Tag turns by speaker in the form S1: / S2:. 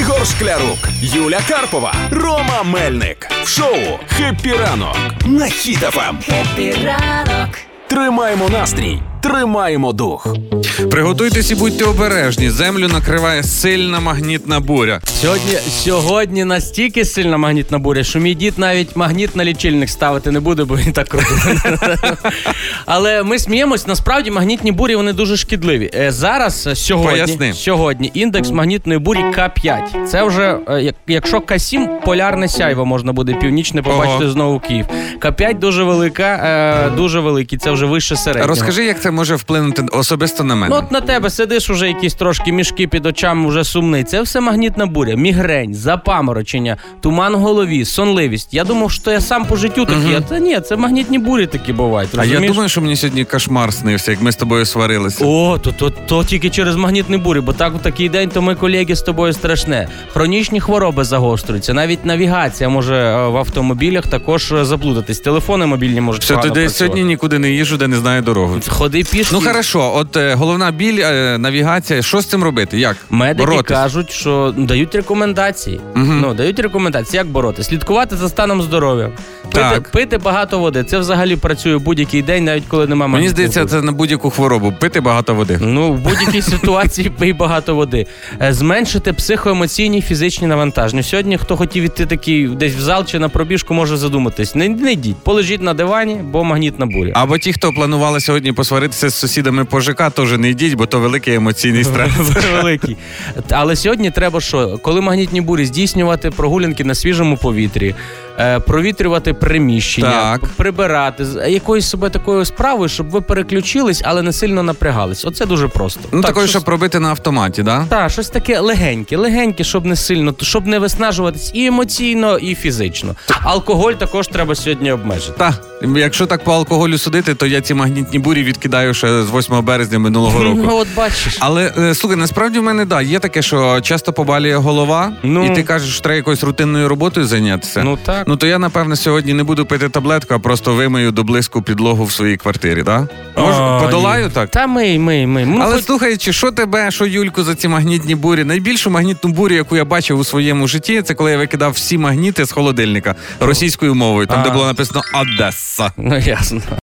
S1: Ігор Шклярук, Юля Карпова, Рома Мельник. В шоу «Хеппі ранок» на Хіт-ФМ.
S2: Ранок.
S1: Тримаємо настрій, тримаємо дух.
S3: Приготуйтесь і будьте обережні. Землю накриває сильна магнітна буря.
S4: Сьогодні, сьогодні настільки сильна магнітна буря, що мій дід навіть магніт на лічильник ставити не буде, бо він так робить. Але ми сміємось. Насправді магнітні бурі вони дуже шкідливі. Е, Зараз е,
S3: Поясни.
S4: сьогодні, сьогодні індекс магнітної бурі К5. Це вже е, як- якщо К7 полярне сяйво можна буде північне побачити
S3: Ого.
S4: знову Київ. К5 дуже велика, е, дуже великий. Це вже вище середнього.
S3: Розкажи, як це може вплинути особисто на
S4: Ну,
S3: мене.
S4: от на тебе сидиш уже якісь трошки мішки під очами, вже сумний. Це все магнітна буря, мігрень, запаморочення, туман в голові, сонливість. Я думав, що я сам по життю такий, а це ні, це магнітні бурі такі бувають.
S3: А я
S4: розумієш?
S3: думаю, що мені сьогодні кошмар снився, як ми з тобою сварилися.
S4: О, то, то, то тільки через магнітні бурі, бо так у такий день, то ми колеги з тобою страшне. Хронічні хвороби загострюються, навіть навігація може е, в автомобілях також е, заплутатись. Телефони мобільні можуть
S3: Все,
S4: погано
S3: туди
S4: працювати.
S3: сьогодні нікуди не їжу, де не знаю дорогу.
S4: ходи пішки.
S3: Ну хорошо, от е, головна біль, е, навігація. Що з цим робити? Як
S4: Медики
S3: боротись?
S4: кажуть, що дають рекомендації.
S3: Мгм.
S4: Ну дають рекомендації, як боротися. Слідкувати за станом здоров'я, пити,
S3: Так.
S4: пити багато води. Це взагалі працює будь-який день, навіть коли немає
S3: Мені здається,
S4: магнітного
S3: це на будь-яку хворобу. Пити багато води.
S4: бурю. Ну, в будь-якій ситуації пий багато води. Е, Зменшити психоемоційні фізичні навантаження. Сьогодні, хто хотів іти такий десь в зал чи на пробіжку, може задуматись. Не, не йдіть, полежіть на дивані, бо магнітна буря.
S3: Або ті, хто планували сьогодні посваритися з сусідами по ЖК, теж не йдіть, бо то великий емоційний стрес.
S4: великий. Але сьогодні треба що? Коли магнітні бурі здійснювати прогулянки на свіжому повітрі, е, провітрювати приміщення,
S3: Так.
S4: п- прибирати з е, якоюсь себе такою справою, щоб ви переключились, але не сильно напрягались. Оце дуже просто.
S3: Ну такою,
S4: щось-
S3: щоб робити на автоматі, да?
S4: Та, щось таке легеньке, легеньке, щоб не сильно, т- щоб не виснажуватись і емоційно, і фізично. Алкоголь також треба сьогодні обмежити.
S3: Та, якщо так по алкоголю судити, то я ці магнітні бурі відкидаю ще з 8 березня минулого
S4: Ну,
S3: року.
S4: От бачиш.
S3: Але е, слухай, насправді в мене да, є таке, що часто побалює голова,
S4: Ну.
S3: і ти кажеш, що треба якоюсь рутинною роботою зайнятися.
S4: Ну так.
S3: Ну то я напевно сьогодні не буду пити таблетку, а просто вимию до блиску підлогу в своїй квартирі, да? Може,
S4: А,
S3: подолаю так?
S4: Та ми, ми, ми. ми
S3: Але
S4: хоч-
S3: слухаючи, що тебе, що Юльку за ці магнітні бурі? Найбільшу магнітну бурю, яку я бачив у своєму житті, це коли я викидав всі магніти з холодильника російською мовою, там де
S4: А.
S3: було написано Одеса.
S4: Ну ясно.